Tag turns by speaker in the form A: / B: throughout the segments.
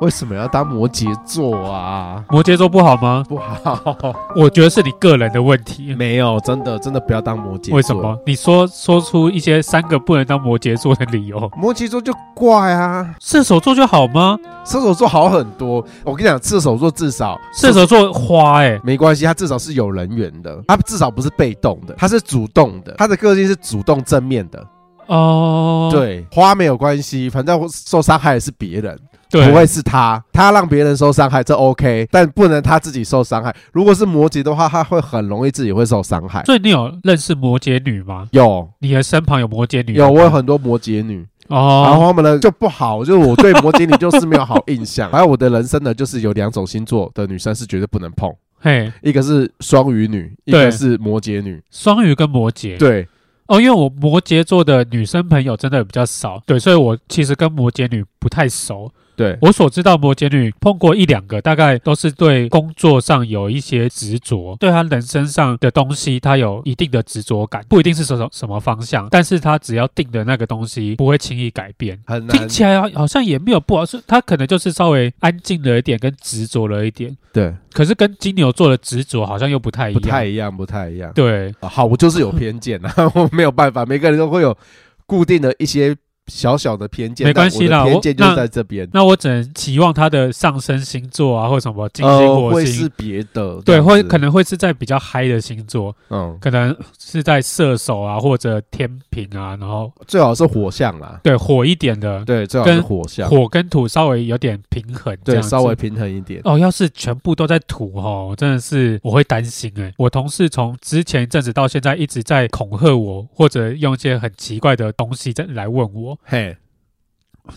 A: 为什么要当摩羯座啊？
B: 摩羯座不好吗？
A: 不好，
B: 我觉得是你个人的问题。
A: 没有，真的真的不要当摩羯座。
B: 为什？么？你说说出一些三个不能当摩羯座的理由。
A: 摩羯座就怪啊，
B: 射手座就好吗？
A: 射手座好很多。我跟你讲，射手座至少
B: 射手座花哎、
A: 没关系，他至少是有人缘的，他至少不是被动的，他是主动的，他的个性是主动正面的。
B: 哦、
A: 对，花没有关系，反正受伤害的是别人，
B: 对，
A: 不会是他。他让别人受伤害，这 OK，但不能他自己受伤害。如果是摩羯的话，他会很容易自己会受伤害。
B: 所以你有认识摩羯女吗？
A: 有
B: 你的身旁有摩羯女吗？
A: 有，我有很多摩羯女，然
B: 哦，
A: 后他们呢就不好，就是我 对摩羯女就是没有好印象。还有我的人生呢，就是有两种星座的女生是绝对不能碰，
B: 嘿，
A: 一个是双鱼女，一
B: 对
A: 个是摩羯女。
B: 双鱼跟摩羯。
A: 对，
B: 哦，因为我摩羯座的女生朋友真的比较少，对，所以我其实跟摩羯女不太熟。
A: 对，
B: 我所知道摩羯女碰过一两个，大概都是对工作上有一些执着，对她人生上的东西，她有一定的执着感，不一定是什么什么方向，但是她只要定的那个东西，不会轻易改变。
A: 很难
B: 听。起来好像也没有不好，是她可能就是稍微安静了一点，跟执着了一点，
A: 对，
B: 可是跟金牛座的执着好像又不太一
A: 不
B: 样。
A: 太一样，不太一样。
B: 对，
A: 啊好，我就是有偏见啊， 我没有办法，每个人都会有固定的一些小小的偏见。
B: 没关系
A: 但
B: 啦
A: 我的偏
B: 我
A: 见就是
B: 那
A: 在这边。
B: 那我只能期望她的上升星座啊，或什么金星、
A: 呃，
B: 火
A: 会
B: 星。
A: 是别的，这
B: 对，
A: 样
B: 会
A: 子
B: 可能会是在比较嗨的星座，
A: 嗯，
B: 可能是在射手啊，或者天平啊，然后
A: 最好是火象啦，
B: 对火一点的，
A: 对，最好是
B: 跟
A: 火象，
B: 火跟土稍微有点平衡，这
A: 对，
B: 样子
A: 稍微平衡一点。
B: 哦。要是全部都在土哦，我真的是我会担心诶、我同事从之前一阵子到现在一直在恐吓我，或者用一些很奇怪的东西在来问我，
A: 嘿，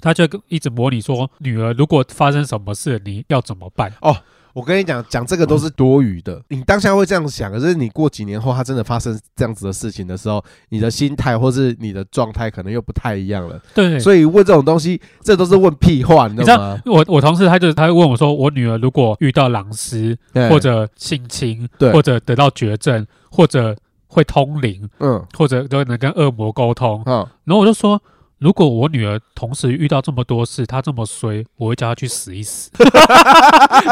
B: 他就一直模拟说，女儿如果发生什么事，你要怎么办？
A: 我跟你讲，讲这个都是
B: 嗯
A: 多余的。你当下会这样想，可是你过几年后，它真的发生这样子的事情的时候，你的心态或是你的状态可能又不太一样了。
B: 对，
A: 所以问这种东西，这都是问屁话，你
B: 你
A: 知
B: 知
A: 道
B: 道
A: 吗？
B: 我我同事他就他会问我说，我女儿如果遇到狼师，
A: 对
B: 或者性侵，
A: 嗯对
B: 或者得到绝症，或者会通灵，
A: 嗯，
B: 或者都能跟恶魔沟通。
A: 好，
B: 然后我就说，如果我女儿同时遇到这么多事，她这么衰，我会叫她去死 一死。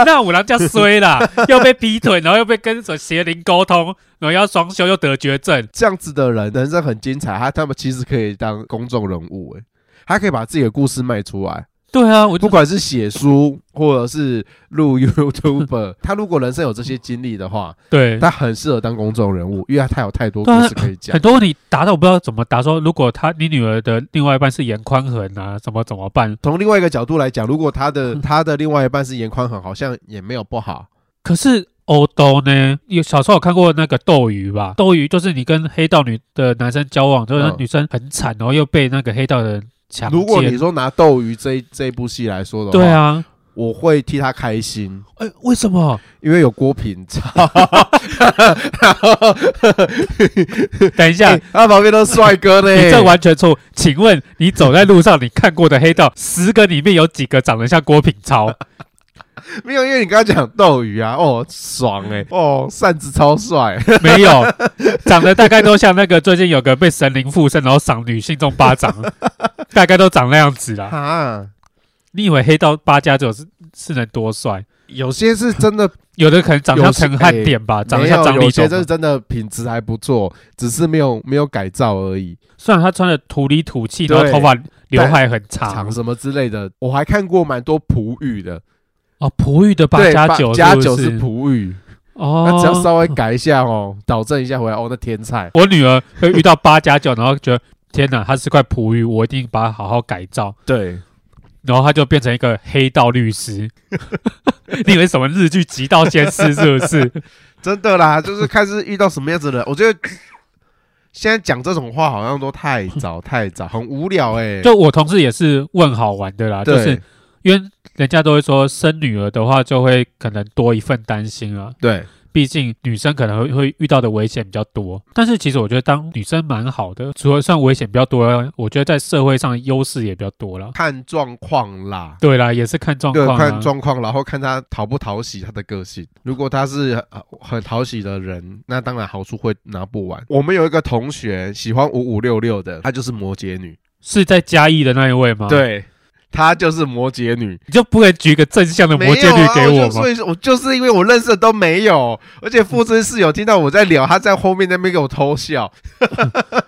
B: 那我让家衰啦，又被劈腿，然后又被跟着邪灵沟通，然后要双休又得绝症。
A: 这样子的人人生很精彩，他他们其实可以当公众人物、欸，他可以把自己的故事卖出来，
B: 对啊，我
A: 不
B: 就
A: 管是写书或者是 录 YouTube，他如果人生有这些经历的话，
B: 对。
A: 他很适合当公众人物，因为他有太多故
B: 对啊
A: 事可以讲
B: 很。多问题答到我不知道怎么答说如果她你女儿的另外一半是严宽恒啊，怎么怎么办？
A: 从另外一个角度来讲，如果他的
B: 嗯
A: 他的另外一半是严宽恒，好像也没有不好。
B: 可是欧兜呢？有小时候有看过那个斗鱼吧？斗鱼就是你跟黑道女的男生交往，就是
A: 嗯
B: 女生很惨，然后又被那个黑道的人强奸。
A: 如果你说拿《斗鱼》这一这一部戏来说的话，
B: 对，啊，
A: 我会替他开心，
B: 哎、为什 么？
A: 因为有郭品超，
B: 等一下，
A: 欸 他旁边都是帅哥呢。
B: 啊你这完全错误。请问你走在路上，你看过的黑道十个里面有几个长得像郭品 超？
A: 没有，因为你刚刚讲斗鱼啊，哦，爽 哎、哦，扇子超帅，
B: 没有，长得大概都像那个最近有个被神灵附身，然后赏女性中巴掌，大概都长那样子啦。
A: 哈，
B: 你以为黑道八加九是是能多帅？
A: 有些是真的
B: 有的可能长
A: 有
B: 得像
A: 些哎
B: 陈汉典吧， 长得
A: 没
B: 像
A: 有，
B: 张
A: 有
B: 立啊
A: 些
B: 忠
A: 这
B: 吧。
A: 是真的品质还不错，只是没有没有改造而已，
B: 虽然他穿的土里土气，然后
A: 对
B: 头发刘海很长
A: 厂什么之类的，我还看过蛮多葡语的，
B: 哦，璞玉的八
A: 对
B: 加
A: 八
B: 九
A: 加
B: 不
A: 九
B: 是
A: 葡语，那只要
B: 哦。
A: 稍微改一下哦，导正一下回来，哦，那天菜，
B: 我女儿会遇到八加九，然后觉得天哪，她是块璞玉，我一定把它好好改造，
A: 对，
B: 然后她就变成一个黑道 律师。你以为什么日剧《极道先师》是不 是？
A: 真的啦，就是看是遇到什么样子的人，我觉得。现在讲这种话好像都太早太早，很无聊哎、
B: 就我同事也是问好玩的啦，
A: 对
B: 就是因为人家都会说生女儿的话就会可能多一份担心啊，
A: 对，
B: 毕竟女生可能会会遇到的危险比较多，但是其实我觉得当女生蛮好的，除了算危险比较多，我觉得在社会上优势也比较多了。
A: 看状况啦。
B: 对啦，也是看状
A: 对，
B: 况、啊
A: 看。状况，然后看他讨不讨喜他的个性。如果他是呃很讨喜的人，那当然好处会拿不完。我们有一个同学喜欢五五六六的，她就是摩羯女，
B: 是在嘉义的那一位吗？，
A: 对，她就是摩羯女，
B: 你就不能举一个正 向的摩羯女给
A: 没有
B: 我
A: 啊就
B: 吗？
A: 所以说我就是因为我认识的都没有，而且副真室友听到我在聊，他在后面那边给我偷笑，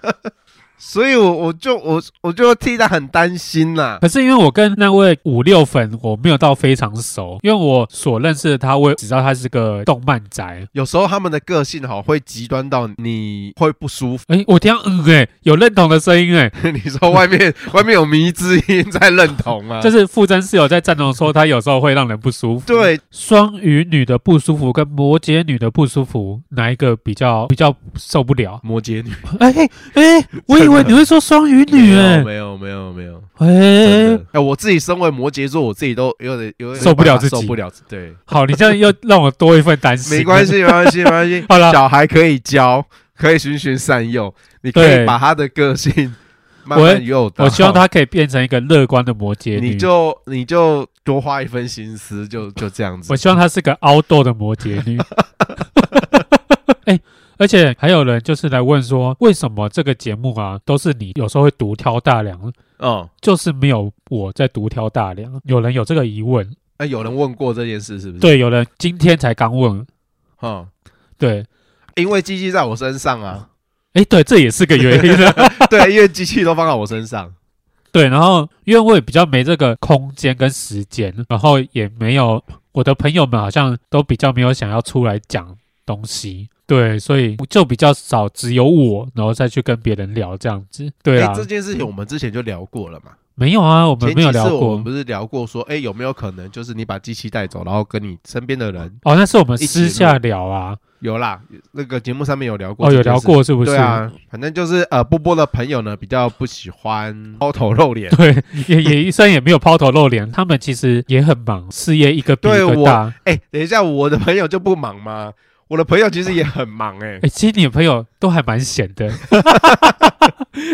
A: 所以我我就我我就替他很担心啦。
B: 可是因为我跟那位五六粉我没有到非常熟，因为我所认识的他，我也只知道他是个动漫宅。
A: 有时候他们的个性哈会极端到你会不舒服。
B: 哎、我听到嗯哎、有认同的声音哎、
A: 你说外 面外面有迷之音在认同吗？
B: 就是傅真室友在战斗的时候，他有时候会让人不舒服。，
A: 对，
B: 双鱼女的不舒服跟摩羯女的不舒服，哪一个比较比较受不了？
A: 摩羯女
B: 哎哎、我以为你会说双鱼女哎、
A: 没有没有没有没有，
B: 哎、
A: 真的哎，我自己身为摩羯座，我自己都有点有点
B: 受不了
A: 有点
B: 自己
A: 受不了，对，
B: 好，你这样又让我多一份担心。
A: 没关，系没关系没关系，
B: 好了，
A: 小孩可以教，可以循循善诱，你可
B: 啊对
A: 以把他的个性慢慢诱导。
B: 我希望她可以变成一个乐观的摩羯女。
A: 你就你就多花一分心思，就就这样子。
B: 我希望她是个凹豆的摩羯 女。哎、而且还有人就是来问说，为什么这个节目啊，都是你有时候会独挑大梁，
A: 嗯，
B: 就是没有我在独挑大梁？有人有这个疑问，
A: 那哎有人问过这件事是不是？，
B: 对，有人今天才刚问，
A: 嗯，
B: 对，
A: 因为机器在我身上 啊，
B: 哎，对，这也是个原因 啊。
A: 对，因为机器都放在我身上。
B: 对，然后因为我也比较没这个空间跟时间，然后也没有我的朋友们好像都比较没有想要出来讲东西，对，所以就比较少只有我，然后再去跟别人聊这样子。对
A: 哎
B: 啊，，
A: 这件事情我们之前就聊过了嘛，
B: 没有啊，我们
A: 前
B: 没
A: 几
B: 有
A: 次
B: 聊
A: 我们
B: 过
A: 不。是聊过说，哎，有没有可能就是你把机器带走，然后跟你身边的人
B: 哦，那是我们
A: 一起
B: 私下聊啊。
A: 有啦，那个节目上面有聊过，
B: 哦，有聊。过是不是？
A: 对啊，反正就是呃，波波的朋友呢比较不喜欢抛头露 脸，
B: 对，也也虽然也没有抛头露脸，他们其实也很忙，事业一个比一
A: 对
B: 个
A: 我
B: 大。
A: 哎、等一下，我的朋友就不忙吗？我的朋友其实也很忙 哎、
B: 哎、其实你的朋友都还蛮闲的。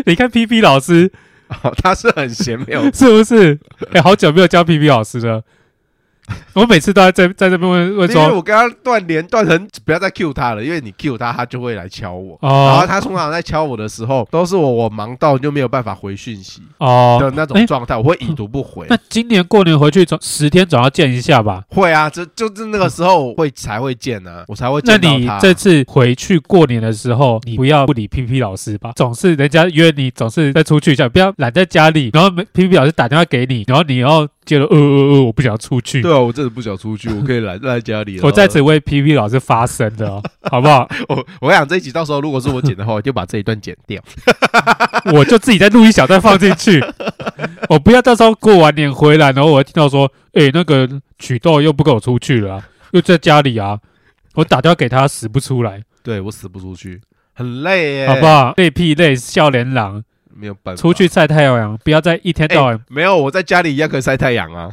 B: 你看 P P 老师
A: 哦他是很闲， 没有
B: 是不是？哎、好久没有教 P P 老师了。我每次都要在在这边问问
A: 因为
B: 说，
A: 我跟他断联断成，不要再 Q 他了，因为你 Q 他，他就会来敲我。然后
B: 哦
A: 他通常在敲我的时候，都是我我忙到就没有办法回讯息的
B: 哦，哎
A: 那种状态，我会已读不回
B: 那。今年过年回去总十天总要见一下吧？
A: 会啊，这就是那个时候会才会见啊，我才会
B: 那
A: 见到
B: 你
A: 他。
B: 这次回去过年的时候，你不要不理 P P 老师吧？总是人家约你，总是再出去一下，不要懒在家里。然后 P P 老师打电话给你，然后你要接了，呃呃呃，我不想出去。
A: 对啊，我真的不想出去，我可以来赖在家里。
B: 我在此为 P P 老师发声的哦，好不好？
A: 我我想这一集到时候如果是我剪的话，我就把这一段剪掉。
B: 我就自己再录一小段放进去，我不要到时候过完年回来，然后我听到说，哎、那个曲豆又不跟我出去了啊、又在家里啊，我打电话给他死不出来，
A: 对我死不出去，很累耶、
B: 好不好？累屁累，笑脸狼，
A: 没有办法，
B: 出去晒太阳，不要再一天到晚、
A: 没有，我在家里一样可以晒太阳啊。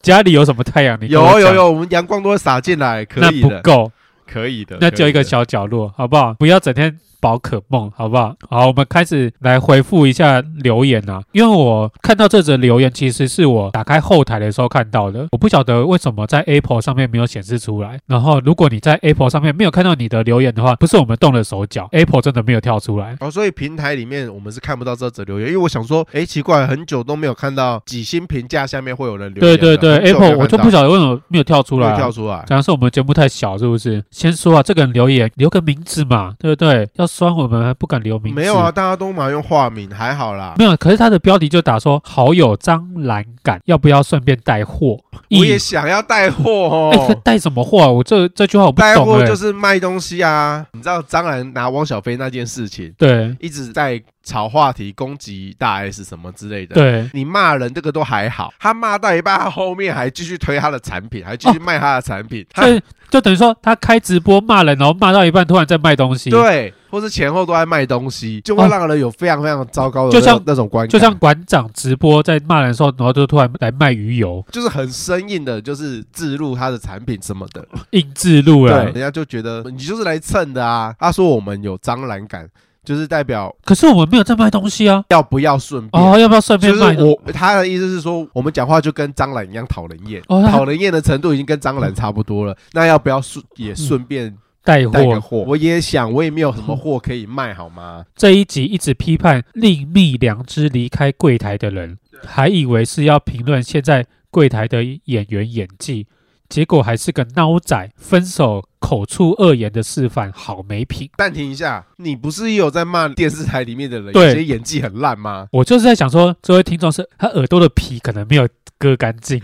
B: 家里有什么太阳， 你跟我
A: 有有
B: 讲，
A: 有，我们阳光都会洒进来，可
B: 那
A: 以
B: 不
A: 的，
B: 够，
A: 可以的。
B: 那就一个
A: 可以的
B: 小角落，好不好？不要整天宝可梦，好不好？好，我们开始来回复一下留言啊，因为我看到这则留言，其实是我打开后台的时候看到的，我不晓得为什么在 Apple 上面没有显示出来。然后，如果你在 Apple 上面没有看到你的留言的话，不是我们动了手脚，Apple 真的没有跳出来。
A: 哦，所以平台里面我们是看不到这则留言，因为我想说，哎，奇怪，很久都没有看到几星评价下面会有人留
B: 对
A: 言了。
B: 对对
A: 很久没有
B: ，Apple 我
A: 看
B: 就
A: 到
B: 不晓得为什么没有跳出来、
A: 没有
B: 啊
A: 跳。出来。
B: 可能是我们节目太小，是不是？先说啊，这个人留言留个名字嘛，对不对？要酸我们还不敢留名字。
A: 没有啊，大家都忙用化名，还好啦。
B: 没有，可是他的标题就打说好友张兰感，要不要顺便带货？
A: 我也
B: 咦
A: 想要带货
B: 哎，他
A: 哦，
B: 带什么货啊？我这这句话我不
A: 带
B: 懂
A: 货
B: 哎、
A: 就是卖东西啊。你知道，张然拿汪小菲那件事情，
B: 对
A: 一直在炒话题，攻击大 S 什么之类的。
B: 对，
A: 你骂人这个都还好，他骂到一半，他后面还继续推他的产品，还继续卖他的产品，他
B: 就就等于说他开直播骂人，然后骂到一半突然在卖东西，，
A: 对，或是前后都在卖东西，就会
B: 哦
A: 让人有非常非常糟糕的
B: 就
A: 那种，
B: 像
A: 那种观感，
B: 就像馆长直播在骂人的时候，然后就突然来卖鱼油、
A: 就是很生硬的，就是置入他的产品什么的，
B: 硬制路啊啦
A: 人。家就觉得你就是来蹭的啊。他说我们有张兰感，就是代表
B: 可是我们没有在卖东西啊。
A: 要不要顺便。
B: 哦，要不要顺
A: 就
B: 便
A: 是
B: 卖呢？
A: 我，他的意思是说，我们讲话就跟张兰一样讨人厌，
B: 哦他
A: 讨人厌的程度已经跟张兰差不多了。 那要不要顺也顺便
B: 带
A: 带个
B: 货
A: 货，我也想，我也没有什么货可以卖，好吗？
B: 这一集一直批判另觅良知离开柜台的人，还以为是要评论现在柜台的演员演技，结果还是个孬仔，分手口出恶言的示范，好没品。
A: 暂停一下，你不是也有在骂电视台里面的人，
B: 对
A: 有些演技很烂吗？
B: 我就是在想说，这位听众是他耳朵的皮可能没有割干净，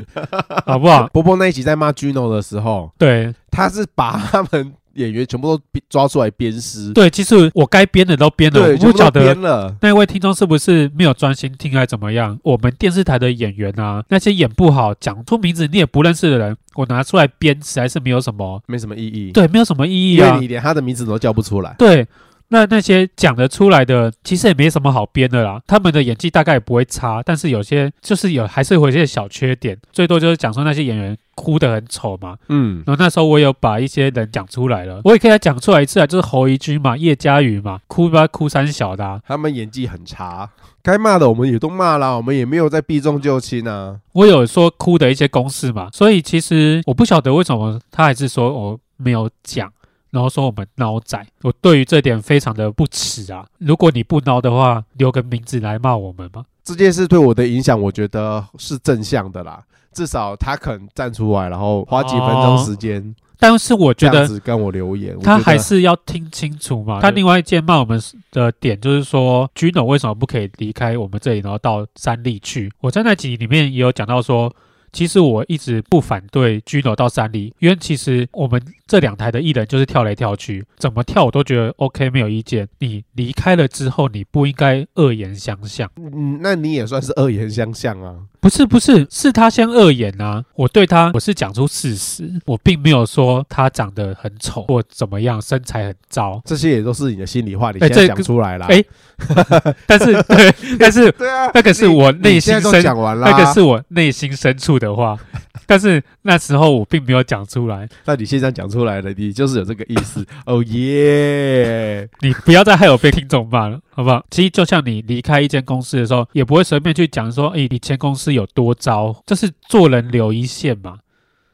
B: 好 不好？
A: 波波那一集在骂 Gino 的时候，
B: 对
A: 他是把他们演员全部都编抓出来鞭尸，
B: 对，其实我该编的都编了，我
A: 对，全
B: 不
A: 部
B: 晓
A: 都
B: 得
A: 编了。
B: 那位听众是不是没有专心听，还怎么样？我们电视台的演员啊，那些演不好、讲出名字你也不认识的人，我拿出来编，实在是没有什么，
A: 没什么意义，，
B: 对，没有什么意
A: 嗯
B: 义
A: 因为
B: 啊。
A: 你连他的名字都叫不出来。
B: 对，那那些讲得出来的，其实也没什么好编的啦。他们的演技大概也不会差，但是有些就是有还是会有一些小缺点，最多就是讲说那些演员哭得很丑嘛。
A: 嗯，
B: 然后那时候我有把一些人讲出来了，我也可以再讲出来一次啊，就是侯怡君嘛、叶嘉瑜嘛，哭吧哭三小的、啊。
A: 他们演技很差，该骂的我们也都骂啦，我们也没有在避重就轻啊。
B: 我有说哭的一些公式嘛，所以其实我不晓得为什么他还是说我没有讲，然后说我们孬仔，我对于这点非常的不耻啊！如果你不孬的话，留个名字来骂我们嘛。
A: 这件事对我的影响，我觉得是正向的啦。至少他肯站出来，然后花几分钟时间
B: 但是我
A: 这
B: 哦
A: 样
B: 觉得
A: 子跟我留言，我
B: 他
A: 觉得
B: 还是要听清楚嘛。他另外一件骂我们的点就是说，Gino 为什么不可以离开我们这里，然后到山里去？我在那集里面也有讲到说。其实我一直不反对 Gino 到山里，因为其实我们这两台的艺人就是跳来跳去，怎么跳我都觉得 OK，没有意见。你离开了之后，你不应该恶言相向。
A: 嗯，那你也算是恶言相向啊。
B: 不是不是，是他先恶言啊！我对他，我是讲出事实，我并没有说他长得很丑或怎么样，身材很糟。
A: 这些也都是你的心里话，你
B: 哎
A: 现在
B: 这
A: 讲出来啦。
B: 哎 但是 对，但是
A: 对啊，
B: 那个是我内
A: 你
B: 心
A: 现在都
B: 深，
A: 讲啊完啦。
B: 那个是我内心深处的话，但是那时候我并没有讲出来。
A: 那你现在讲出来了，你就是有这个意 思。哦耶！
B: 你不要再害我被听众骂了，好不好？其实就像你离开一间公司的时候，也不会随便去讲说，诶，你前公司有多糟，这是做人留一线嘛，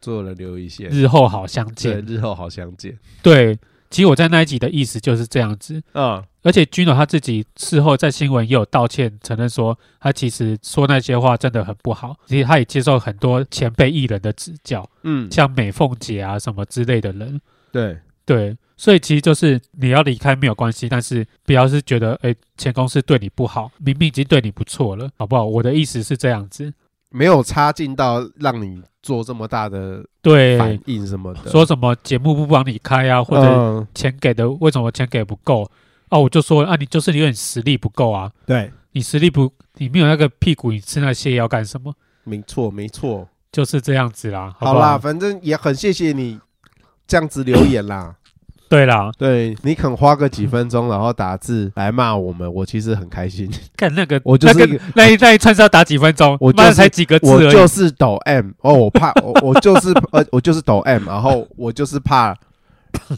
A: 做了留一线，
B: 日后好相
A: 对，
B: 见。
A: 日后好相见。
B: 对，其实我在那一集的意思就是这样子。
A: 嗯，
B: 而且 Gino 他自己事后在新闻也有道歉，承认说他其实说那些话真的很不好，其实他也接受很多前辈艺人的指教。
A: 嗯，
B: 像美凤姐啊什么之类的人，
A: 对，
B: 对，所以其实就是你要离开没有关系，但是不要是觉得哎前公司对你不好，明明已经对你不错了，好不好？我的意思是这样子，
A: 没有差劲到让你做这么大的反
B: 对，
A: 应什么的。
B: 说什么节目不帮你开啊，或者
A: 嗯，
B: 钱给的为什么钱给不够啊？我就说啊，你就是有点实力不够啊，
A: 对，
B: 你实力不，你没有那个屁股，你吃那些药干什么？
A: 没错，没错。
B: 就是这样子啦，好
A: 好
B: 不
A: 啦，反正也很谢谢你这样子留言啦。
B: 对啦，
A: 对你肯花个几分钟，然后打字来骂我们，我其实很开 心。
B: 看那个，
A: 我就是
B: 那
A: 一
B: 个
A: 个
B: 那一那一串是要打几分钟？
A: 我
B: 妈的
A: 就是
B: 才几个字
A: 我
B: 而已。
A: 就是抖 M 哦，我 怕我我就是呃我就是抖 M，然后我就是怕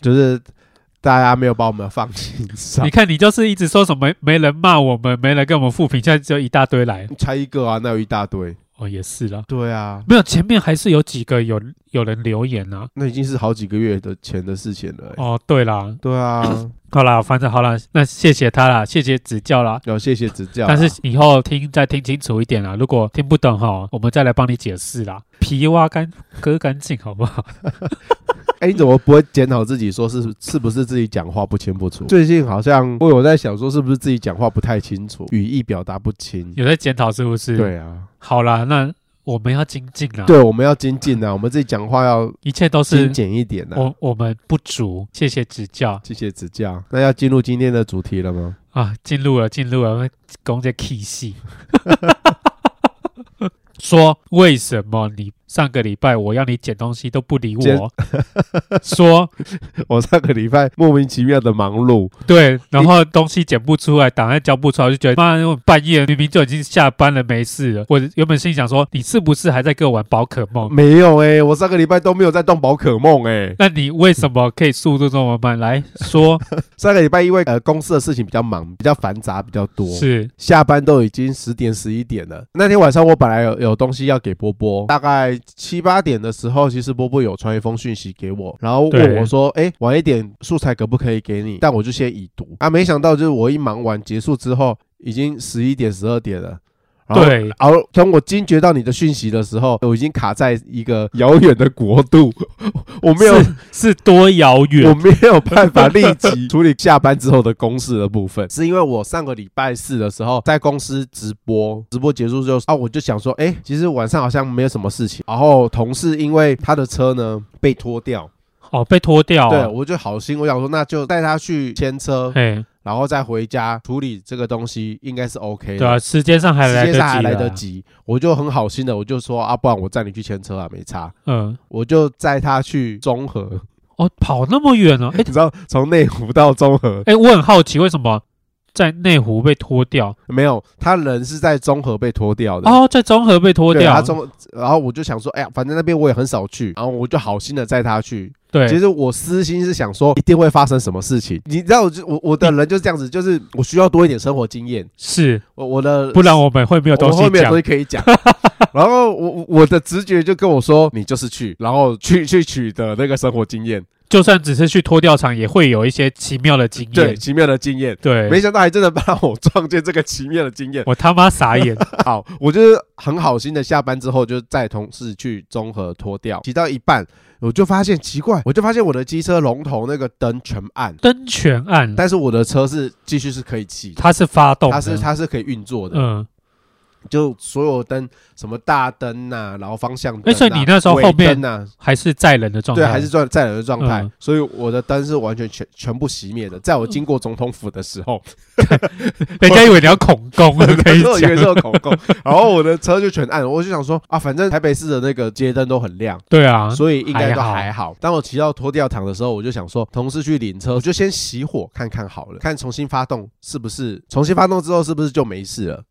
A: 就是大家没有把我们放心上
B: 你。看，你就是一直说什么没人骂我们，没人跟我们复评，现在只有一大堆来。
A: 你猜一个啊，那有一大堆。
B: 哦，也是啦，
A: 对啊，
B: 没有前面还是有几个有有人留言啊。
A: 那已经是好几个月的前的事情了欸、
B: 哦，对啦，
A: 对啊，
B: 好啦，反正好啦，那谢谢他啦，谢谢指教啦。
A: 要谢谢指教啊。
B: 但是以后听再听清楚一点啦，如果听不懂哈，我们再来帮你解释啦。皮挖干割干净好不
A: 嗯
B: 好？
A: 哎、你怎么不会检讨自己，说是是不是自己讲话不清不楚？最近好像我有在想，说是不是自己讲话不太清楚，语义表达不清。
B: 有在检讨是不是？，
A: 对啊，
B: 好啦，那我们要精进啦，
A: 对，我们要精进啊，我们自己讲话要
B: 一切都是
A: 精简一点啊。
B: 我我们不足，谢谢指教
A: 谢谢指教。那要进入今天的主题了吗？
B: 啊！进入了，进入了，攻这 key 戏。说为什么你上个礼拜我要你捡东西都不理
A: 捡
B: 我？ 说
A: 我上个礼拜莫名其妙的忙碌，
B: 对，然后东西捡不出来，档案交不出来，我就觉得妈，我半夜明明就已经下班了，没事了。我原本心里想说，你是不是还在跟我玩宝可 梦？
A: 没有哎、我上个礼拜都没有在动宝可梦哎、
B: 那你为什么可以速度这么慢？来说，
A: 上个礼拜因为呃公司的事情比较忙，比较繁杂，比较多。
B: 是
A: 下班都已经十点十一点了。那天晚上我本来有有东西要给波波，大概七八点的时候，其实波波有传一封讯息给我，然后问
B: 对
A: 我说：“哎，晚一点素材可不可以给你？”但我就先已读啊，没想到就是我一忙完结束之后，已经十一点十二点了。然后
B: 对
A: 然后当我惊觉到你的讯息的时候，我已经卡在一个遥远的国度， 我没有，
B: 是是多遥
A: 我
B: 远，
A: 没有办法立即处理下班之后的公事的部分， 是因为我上个礼拜四的时候在公司直播，直播结束之后啊，我就想说，哎，其实晚上好像没有什么事情。然后同事因为他的车呢被拖掉，
B: 哦，被拖掉、
A: 对
B: 哦，
A: 我就好心，我想说那就带他去牵 车，
B: 哎，
A: 然后再回家处理这个东西，应该是 OK 的。
B: 对啊，时间上还来
A: 时间
B: 得及
A: 上还
B: 啦，
A: 来得及，我就很好心的，我就说啊，不然我载你去牵车啊，没差，
B: 嗯，
A: 我就载他去中和，
B: 哦，跑那么远哦，哎
A: 你知道从内湖到中和
B: 哎，我很好奇为什么在内湖被拖掉，
A: 没有，他人是在中和被拖掉的。
B: 哦，在中和被拖
A: 对，
B: 掉
A: 他，中，然后我就想说，哎呀，反正那边我也很少去，然后我就好心的载他去。
B: 对，
A: 其实我私心是想说，一定会发生什么事情。你知道，我就我我的人就是这样子，就是我需要多一点生活经验，
B: 是，
A: 我我的
B: 不然我们会没有东
A: 呃我后
B: 西
A: 面有
B: 讲
A: 东，西可以 讲。然后我我我的直觉就跟我说，你就是去，然后去 去取得那个生活经验，
B: 就算只是去拖吊场，也会有一些奇妙的经
A: 对，
B: 验。
A: 奇妙的经验。
B: 对，
A: 没想到还真的让我撞见这个奇妙的经验。
B: 我他妈 傻眼。
A: 好，我就是很好心的，下班之后就载同事去综合脱掉，骑到一半，我就发现奇怪，我就发现我的机车龙头那个灯全暗，
B: 灯全暗，
A: 但是我的车是继续是可以骑的，
B: 它是发动的，
A: 它是它是可以运作的，
B: 哦嗯，
A: 就所有灯什么大灯呐，然后方向灯、啊，
B: 哎所以你那时候后面
A: 尾灯呐、
B: 还是载人的状态，
A: 对，还是在在人的状态
B: 嗯，
A: 所以我的灯是完全全全部熄灭的。在我经过总统府的时 候，
B: 人家以为你要恐攻了，可以
A: 我以为是
B: 讲，
A: 有口供，然后我的车就全暗，我就想说啊，反正台北市的那个街灯都很亮，
B: 对啊，
A: 所以应该都
B: 还好
A: 还好。当我骑到脱掉堂的时候，我就想说，同事去领车，我就先熄火看看好了，看重新发动是不是重新发动之后是不是就没事了。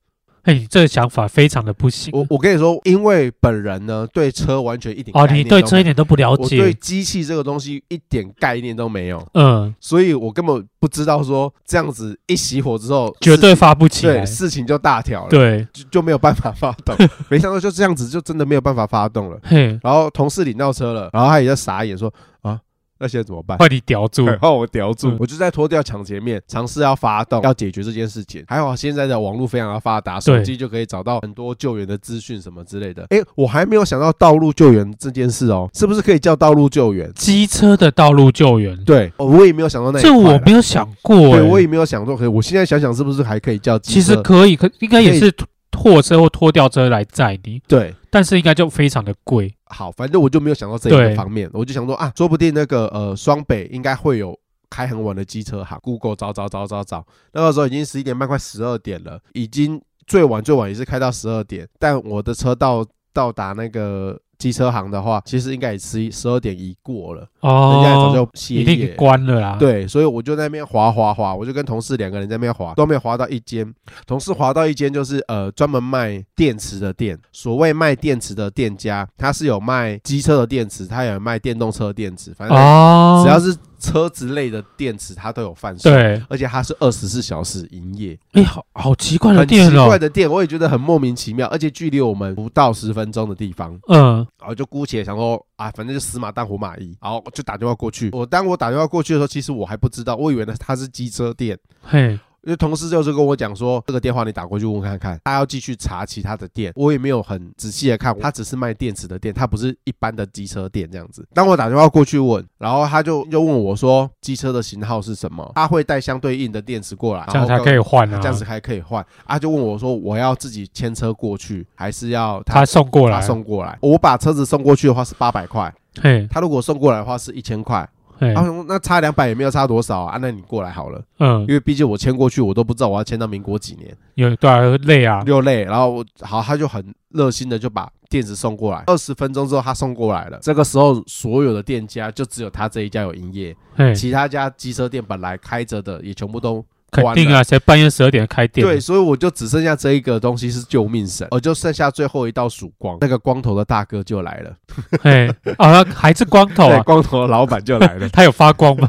B: 哎，你这个想法非常的不行。
A: 我我跟你说，因为本人呢对车完全一点
B: 哦，
A: 概
B: 你
A: 念
B: 对
A: 都
B: 这
A: 没
B: 一点都不了
A: 有哎我对
B: 解，
A: 机器这个东西一点概念都没有，
B: 嗯，
A: 所以我根本不知道说这样子一熄火之后
B: 绝对
A: 事
B: 发不起来
A: 对。事情就大条了，
B: 对，
A: 就就没有办法发 动。没想到就这样子，就真的没有办法发动了。
B: 嘿，
A: 然后同事领到车了，然后他也在傻眼说啊，那现在怎么办？
B: 把你叼 住，
A: 然后我叼住
B: 嗯，
A: 我就在脱掉墙前面尝试要发动，要解决这件事情。还好现在的网络非常的发达，手
B: 对
A: 机就可以找到很多救援的资讯什么之类的。诶，我还没有想到道路救援这件事哦，是不是可以叫道路救援？
B: 机车的道路救援，
A: 对，哦我也没有想到那一
B: 这
A: 块
B: 我
A: 啦
B: 没有想过，
A: 对
B: 哎
A: 我也没有想到，可是我现在想想是不是还可以叫机
B: 其实
A: 车
B: 可以，可应该也
A: 可以
B: 是拖货车或拖吊车来载你，
A: 对。
B: 但是应该就非常的贵，
A: 好，反正我就没有想到这一个
B: 对
A: 方面，我就想说啊，说不定那个呃双北应该会有开很晚的机车行，Google 找找找找找，那个时候已经十一点半，快十二点了，已经最晚最晚也是开到十二点，但我的车到到达那个机车行的话，其实应该也十十二点一过了，人家也早
B: 哦，
A: 就歇
B: 一定
A: 业。
B: 关了啦，，
A: 对，所以我就在那边滑滑滑，我就跟同事两个人在那边滑，都没有滑到一间。同事滑到一间就是呃专门卖电池的店，所谓卖电池的店家，他是有卖机车的电池，他也有卖电动车的电池，反正
B: 哦，
A: 只要是车子类的电池，他都有贩售。
B: 对，
A: 而且它是二十四小时营业，
B: 哎，好好奇怪的
A: 很奇
B: 店哦
A: 怪，的店，我也觉得很莫名其妙，而且距离我们不到十分钟的地方，
B: 嗯，
A: 然后就姑且想说啊，反正就死马当活马医，然后就打电话过去。我当我打电话过去的时候，其实我还不知道，我以为呢他是机车店，
B: 嘿，
A: 因为同事就是跟我讲说，这个电话你打过去问看看，他要继续查其他的店，我也没有很仔细的看，他只是卖电池的店，他不是一般的机车店这样子。当我打电话过去问，然后他就就问我说，机车的型号是什么？他会带相对应的电池过来，
B: 这样才可
A: 以。
B: 以换啊，
A: 这样子还可以换啊！就问我说，我要自己牵车过去，还是要
B: 他送过来，
A: 他送过来？我把车子送过去的话是八百块，
B: 嘿，
A: 他如果送过来的话是一千块。
B: 嘿
A: 然，后那差两百也没有差多少啊，啊那你过来好了，
B: 嗯
A: 因，为毕竟我签过去，我都不知道我要签到民国几年。
B: 有对啊，累啊，
A: 六类，然后我好，他就很热心的就把电子送过来。二十分钟之后，他送过来了。这个时候，所有的店家就只有他这一家有营业，
B: 嘿，
A: 其他家机车店本来开着的也全部都
B: 肯定啊，谁半夜十二点开店？
A: 对，，所以我就只剩下这一个东西是救命绳，我就剩下最后一道曙光。那个光头的大哥就来了，
B: 嘿，啊，还是光头
A: 对，
B: 啊，。
A: 光头的老板就来了
B: 他有发光吗？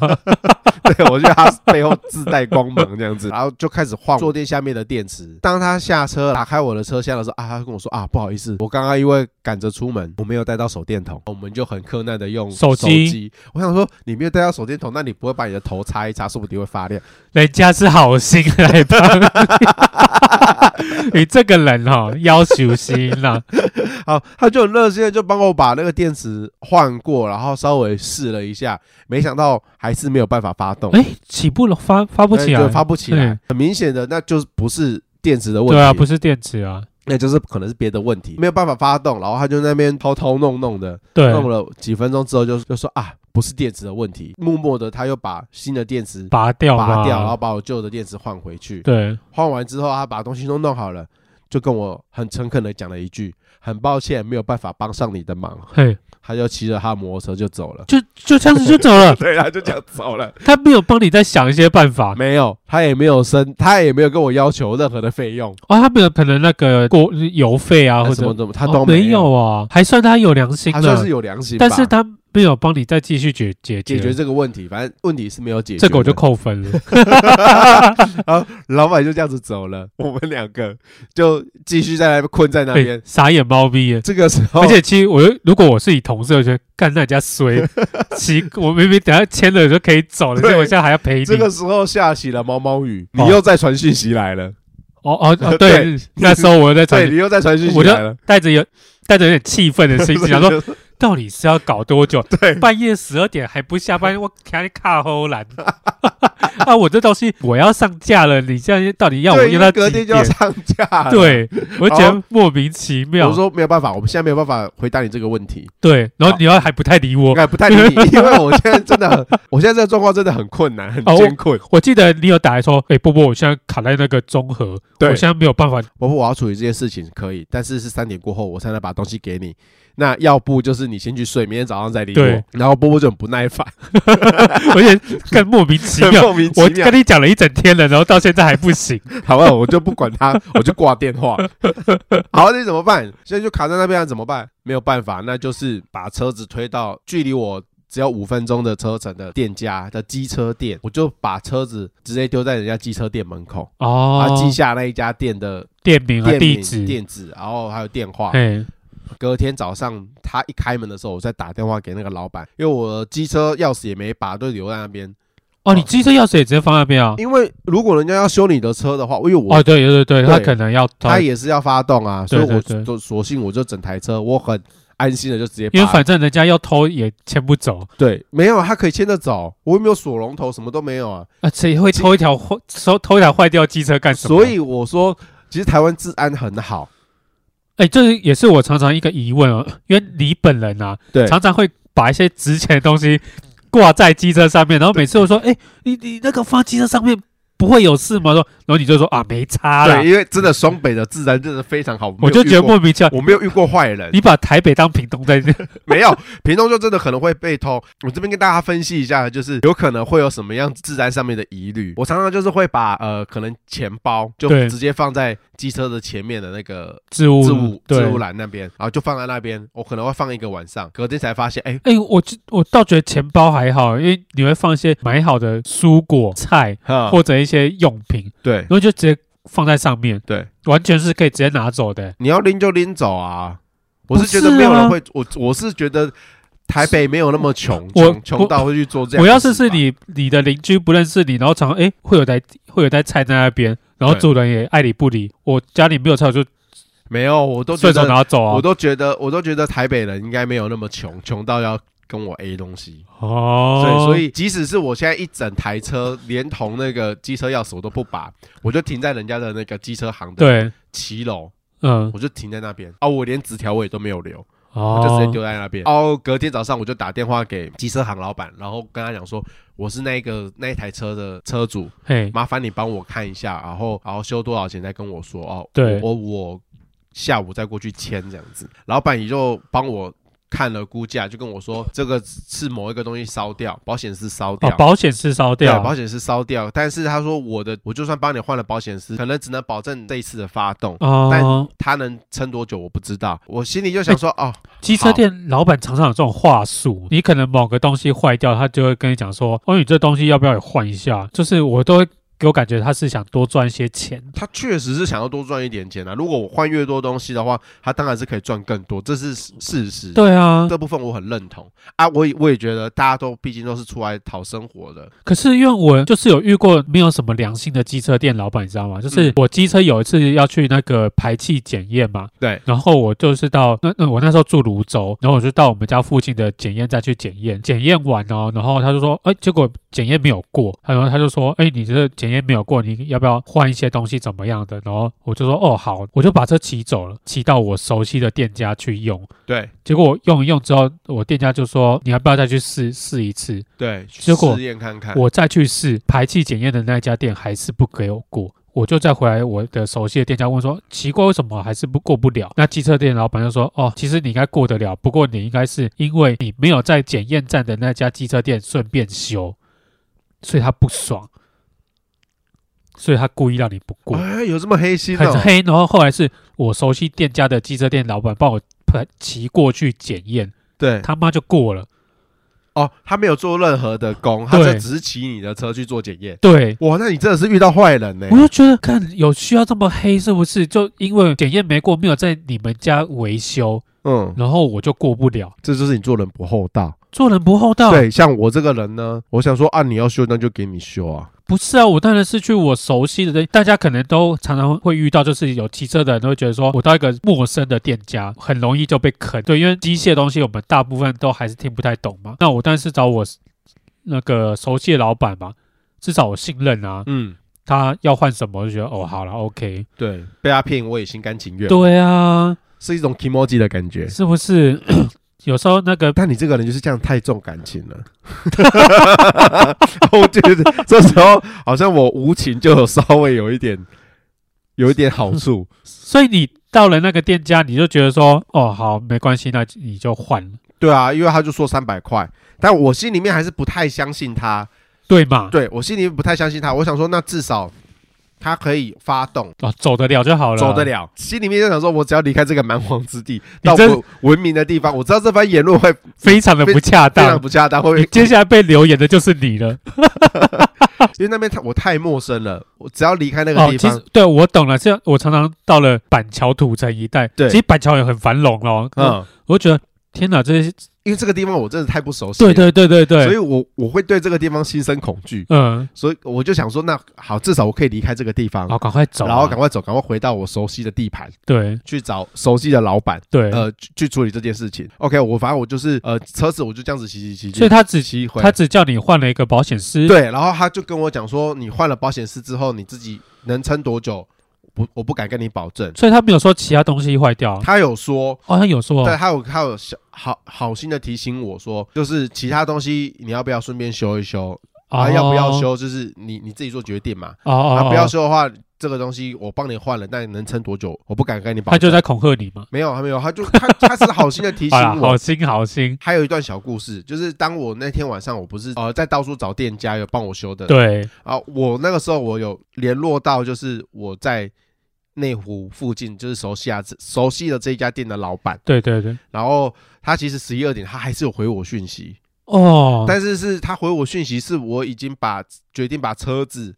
A: 对我觉得他背后自带光芒这样子，然后就开始换坐垫下面的电池。当他下车打开我的车厢的时候啊，他就跟我说啊，不好意思，我刚刚因为赶着出门，我没有带到手电筒，我们就很困难的用
B: 手机
A: 机。我想说，你没有带到手电筒，那你不会把你的头擦一擦，说不定会发亮。
B: 人家是好心来帮 你，你这个人哦，要求心 啊啦，
A: 好，他就很热心的就帮我把那个电池换过，然后稍微试了一下，没想到还是没有办法发动。
B: 哎，起不了，发发不起
A: 那
B: 来，
A: 就发不起来
B: 嗯。
A: 很明显的，那就是不是电池的问题，
B: 对啊，不是电池啊，
A: 那就是可能是别的问题，没有办法发动。然后他就那边偷偷弄弄的，
B: 对，
A: 弄了几分钟之后就就说啊，不是电池的问题。默默的他又把新的电池
B: 拔掉嘛，
A: 拔掉，然后把我旧的电池换回去。
B: 对，
A: 换完之后，他把东西都弄好了，就跟我很诚恳的讲了一句：“很抱歉，没有办法帮上你的忙。
B: 嘿，”
A: 他就骑着他的摩托车就走 了。，
B: 就就这样子就走了
A: 对，他就这样走了。
B: 他没有帮你再想一些办法
A: 没有，他也没有生，他也没有跟我要求任何的费用，
B: 哦，他没有可能那个过油费啊，或
A: 什么
B: 者
A: 什么，他
B: 哦
A: 都
B: 没
A: 有，
B: 啊，还算他有良心
A: 他算
B: 了
A: 是，有良心吧，
B: 但是他没有帮你再继续解解
A: 解决
B: 决，
A: 这个问题，反正问题是没有解决的。
B: 这个我就扣分了，
A: 然后老板就这样子走 了，我们两个就继续在那边困 在那
B: 对
A: 边，。
B: 傻眼猫咪耶。
A: 这个时候，
B: 而且其实我又，如果我是你同事，我觉得干那人 家衰，奇，我明明等下签了就可以走了，
A: 对
B: 结果现在还要赔你。
A: 这个时候下起了毛毛雨，你
B: 哦
A: 又再传讯息来了，
B: 哦哦哦，对
A: 对，
B: 那时候我又在传
A: 对，你又再传讯息
B: 我就
A: 来了。
B: 带着有带着有点气愤 的心情， 想说
A: 说
B: 到底是要搞多久？
A: 对
B: 半夜十二点还不下班，我给你卡齁懒 啊！我这东西我要上架了，你现在到底要我
A: 对，因
B: 用
A: 为
B: 到
A: 隔
B: 几
A: 天就要
B: 点？
A: 上架了。
B: 对，我觉
A: 然
B: 得莫名其妙
A: 我。说没有办法，我们现在没有办法回答你这个问题，
B: 对，然后你要还不太理
A: 我
B: 我。
A: 感觉不太理你，因为我现在真的很， 我现在这个状况真的很困难，很
B: 哦
A: 艰困。
B: 我记得你有打来说，哎、波波，我现在卡在那个综合，
A: 对
B: 我现在没有办法。
A: 我说我要处理这件事情可以，但是是三点过后我才能把东西给你。那要不就是你先去睡，明天早上再理
B: 对
A: 我。然后波波就很不耐 烦，
B: 而且更莫名其妙。
A: 莫名
B: 我
A: 其妙
B: 跟。你讲了一整天了，然后到现在还不行。
A: 好吧，我就不管他，我就挂电 话。好，那怎么办？现在就卡在那边了，怎么办？没有办法，那就是把车子推到距离我只要五分钟的车程的店家的机车店，我就把车子直接丢在人家机车店门口，啊，
B: 哦，
A: 记下那一家店的
B: 店名啊，
A: 店
B: 地
A: 名、
B: 址，
A: 店址，然后还有电话。
B: 哎，
A: 隔天早上他一开门的时候，我再打电话给那个老板，因为我机车钥匙也没拔，都留在那边。
B: 哦，你机车钥匙也直接放那边啊？
A: 因为如果人家要修你的车的话，因为我
B: 哦，对对对对，
A: 对
B: 他可能要
A: 他也是要发动啊，所以
B: 对
A: 我
B: 对对
A: 就索性我就整台车，我很安心的就直接拔
B: 因为反正人家要偷也牵不走
A: 对没有啊，他可以牵着走，我又没有锁龙头，什么都没有啊，
B: 啊，谁会偷一条坏偷偷一条坏掉机车干什么？
A: 所，以我说，其实台湾治安很好，
B: 哎，这也是我常常一个疑问哦，因为你本人啊，
A: 对
B: 常常会把一些值钱的东西挂在机车上面，然后每次我说，哎，你你那个放机车上面不会有事吗？说，然后你就说啊，没差啦
A: 对，，因为真的双北的治安真的非常好，没有
B: 我就觉得
A: 遇过
B: 莫名其妙，
A: 我没有遇过坏人，
B: 你把台北当屏东在
A: 没有屏东就真的可能会被偷。我这边跟大家分析一下，就是有可能会有什么样治安上面的疑虑。我常常就是会把呃可能钱包就
B: 对
A: 直接放在机车的前面的那个
B: 置物
A: 置物
B: 对
A: 置物栏那边，然后就放在那边，我可能会放一个晚上，隔天才发现，哎、
B: 哎、我这我倒觉得钱包还好，因为你会放一些买好的蔬果、菜
A: 哈，
B: 或者一些用品，
A: 对
B: 然后就直接放在上面，
A: 对，
B: 完全是可以直接拿走的。
A: 你要拎就拎走啊。我是
B: 不是
A: 觉得没有
B: 啊
A: 人会，我我是觉得台北没有那么穷，
B: 我
A: 穷穷到会去做这样。
B: 我要是是，你你的邻居不认识你，然后常哎、会有台会有台菜在那边，然后
A: 对
B: 主人也爱理不理，我家里没有菜我就
A: 没有，我都觉
B: 顺手
A: 得，
B: 拿走
A: 我
B: 啊。
A: 都觉得，我都觉得台北人应该没有那么穷，穷到要跟我 A 东西。
B: 哦，
A: 对，所以即使是我现在一整台车，连同那个机车钥匙我都不拔，我就停在人家的那个机车行的
B: 对，
A: 骑楼，
B: 嗯，
A: 我就停在那边。哦，我连纸条我也都没有留。
B: 哦，
A: 就直接丢在那边。哦，隔天早上我就打电话给机车行老板，然后跟他讲说，我是那个那一台车的车主，
B: 嘿，
A: 麻烦你帮我看一下，然后然后修多少钱再跟我说哦。
B: 对
A: 我我我下午再过去签这样子。老板也就帮我看了估价，就跟我说这个是某一个东西烧掉，保险丝烧
B: 哦
A: 掉，，
B: 保险是烧
A: 对，啊
B: 掉，
A: 保险丝烧掉。但是他说我的，我就算帮你换了保险丝，可能只能保证这一次的发动，
B: 哦，
A: 它能撑多久我不知道。我心里就想
B: 哎
A: 说，哦，
B: 机车店老板常常有这种话术，你可能某个东西坏掉，他就会跟你讲说：“哦，你这东西要不要也换一下？”就是我都会给我感觉他是想多赚一些钱。
A: 他确实是想要多赚一点钱啊。如果我换越多东西的话，他当然是可以赚更多，这是事实。
B: 对啊，
A: 这部分我很认同啊，我也我也觉得大家都毕竟都是出来讨生活的，
B: 可是因为我就是有遇过没有什么良心的机车店老板，你知道吗？就是
A: 嗯
B: 我机车有一次要去那个排气检验嘛，
A: 对，
B: 然后我就是到那那我那时候住泸州，然后我就到我们家附近的检验站去检验，检验完哦，然后他就说，哎，结果检验没有过，然后他就说，哎，你这个检验没有过，你要不要换一些东西怎么样的？然后我就说，哦，好，我就把车骑走了，骑到我熟悉的店家去用。
A: 对
B: 结果我用一用之后，我店家就说，你要不要再去试试一次？
A: 对，
B: 结果
A: 试验看看。
B: 我再去试排气检验的那一家店还是不给我过，我就再回来我的熟悉的店家问说，奇怪，为什么还是不过不了？那机车店老板就说，哦，其实你应该过得了，不过你应该是因为你没有在检验站的那家机车店顺便修，所以他不爽，所以他故意让你不过，
A: 哎，有这么黑心
B: 很
A: 哦？
B: 黑。然后后来是我熟悉店家的机车店老板帮我骑过去检验，
A: 对，
B: 他妈就过了，
A: 哦，他没有做任何的工，他
B: 对
A: 就只是骑你的车去做检验。嗯
B: 对。
A: 哇，那你真的是遇到坏人呢、
B: 我就觉得，看有需要这么黑是不是？就因为检验没过，没有在你们家维修，
A: 嗯，
B: 然后我就过不了，
A: 这就是你做人不厚道。
B: 做人不厚道。，
A: 对，像我这个人呢，我想说啊，你要修那就给你修啊。
B: 不是啊，我当然是去我熟悉的店，大家可能都常常会遇到，就是有骑车的人都会觉得说，我到一个陌生的店家，很容易就被坑。对，因为机械东西我们大部分都还是听不太懂嘛。那我当然是找我那个熟悉的老板嘛，至少我信任啊，
A: 嗯，
B: 他要换什么我就觉得哦，好了，OK。
A: 对，被他骗我也心甘情愿，
B: 对啊，
A: 是一种 i m o j i 的感觉。
B: 是不是？ 有时候那个
A: 但你这个人就是这样太重感情 了，我觉得这时候好像我无情就有稍微有一点，有一点好处。
B: 所以你到了那个店家，你就觉得说，哦，好，没关系，那你就换了，
A: 对啊，因为他就说三百块，但我心里面还是不太相信他。
B: 对嘛？
A: 对我心里不太相信他，我想说那至少他可以发动。
B: 哦，走得了就好了，
A: 走得。了，心里面就想说，我只要离开这个蛮荒之地，
B: 你
A: 到
B: 真
A: 文文明的地方。我知道这番言论会非
B: 非常的不恰
A: 常
B: 当。
A: 不恰当，会不
B: 你
A: 会
B: 接下来被留言的就是你了。
A: 因为那边太我太陌生了，我只要离开那个
B: 哦，
A: 地
B: 其
A: 方
B: 实，对我懂了，这我常常到了板桥土城一带，
A: 对
B: 其实板桥也很繁荣哦。嗯，
A: 嗯，
B: 我就觉得天哪，这些，
A: 因为这个地方我真的太不熟悉了，
B: 对对对对
A: 啊所
B: 对
A: 以，我我会对这个地方心生恐惧，
B: 嗯，
A: 所以我就想说，那好，至少我可以离开这个地方，
B: 好，赶快走啊，
A: 然后赶快走，赶快回到我熟悉的地盘，
B: 对
A: 去找熟悉的老板，
B: 对，
A: 呃，去去处理这件事情。OK，我反正我就是呃，车子我就这样子骑骑骑，
B: 所以他只
A: 骑回
B: 他只叫你换了一个保险丝，
A: 对，然后他就跟我讲说，你换了保险丝之后，你自己能撑多久，不，我不敢跟你保证。
B: 所以他没有说其他东西坏掉，
A: 他有说，
B: 好像有说
A: 对，他有他有小好好心的提醒我说，就是其他东西你要不要顺便修一修啊？要不要
B: 哦
A: 修，就是你你自己做决定嘛。
B: 哦哦
A: 啊，
B: 哦，
A: 不要修的话，这个东西我帮你换了，但你能撑多久，我不敢跟你保
B: 他
A: 证。
B: 就在恐吓你嘛。
A: 没有，他没有，他就他他是好心的提
B: 好啦，
A: 醒
B: 好
A: 我。
B: 心好心，
A: 还有一段小故事，就是当我那天晚上，我不是呃在到处找店家有帮我修的，
B: 对，
A: 啊，我那个时候我有联络到，就是我在内湖附近，就是熟悉啊熟悉的这一家店的老板，
B: 对对对，
A: 然后他其实十一二点他还是有回我讯息，
B: 哦，
A: 但是是他回我讯息是我已经把决定把车子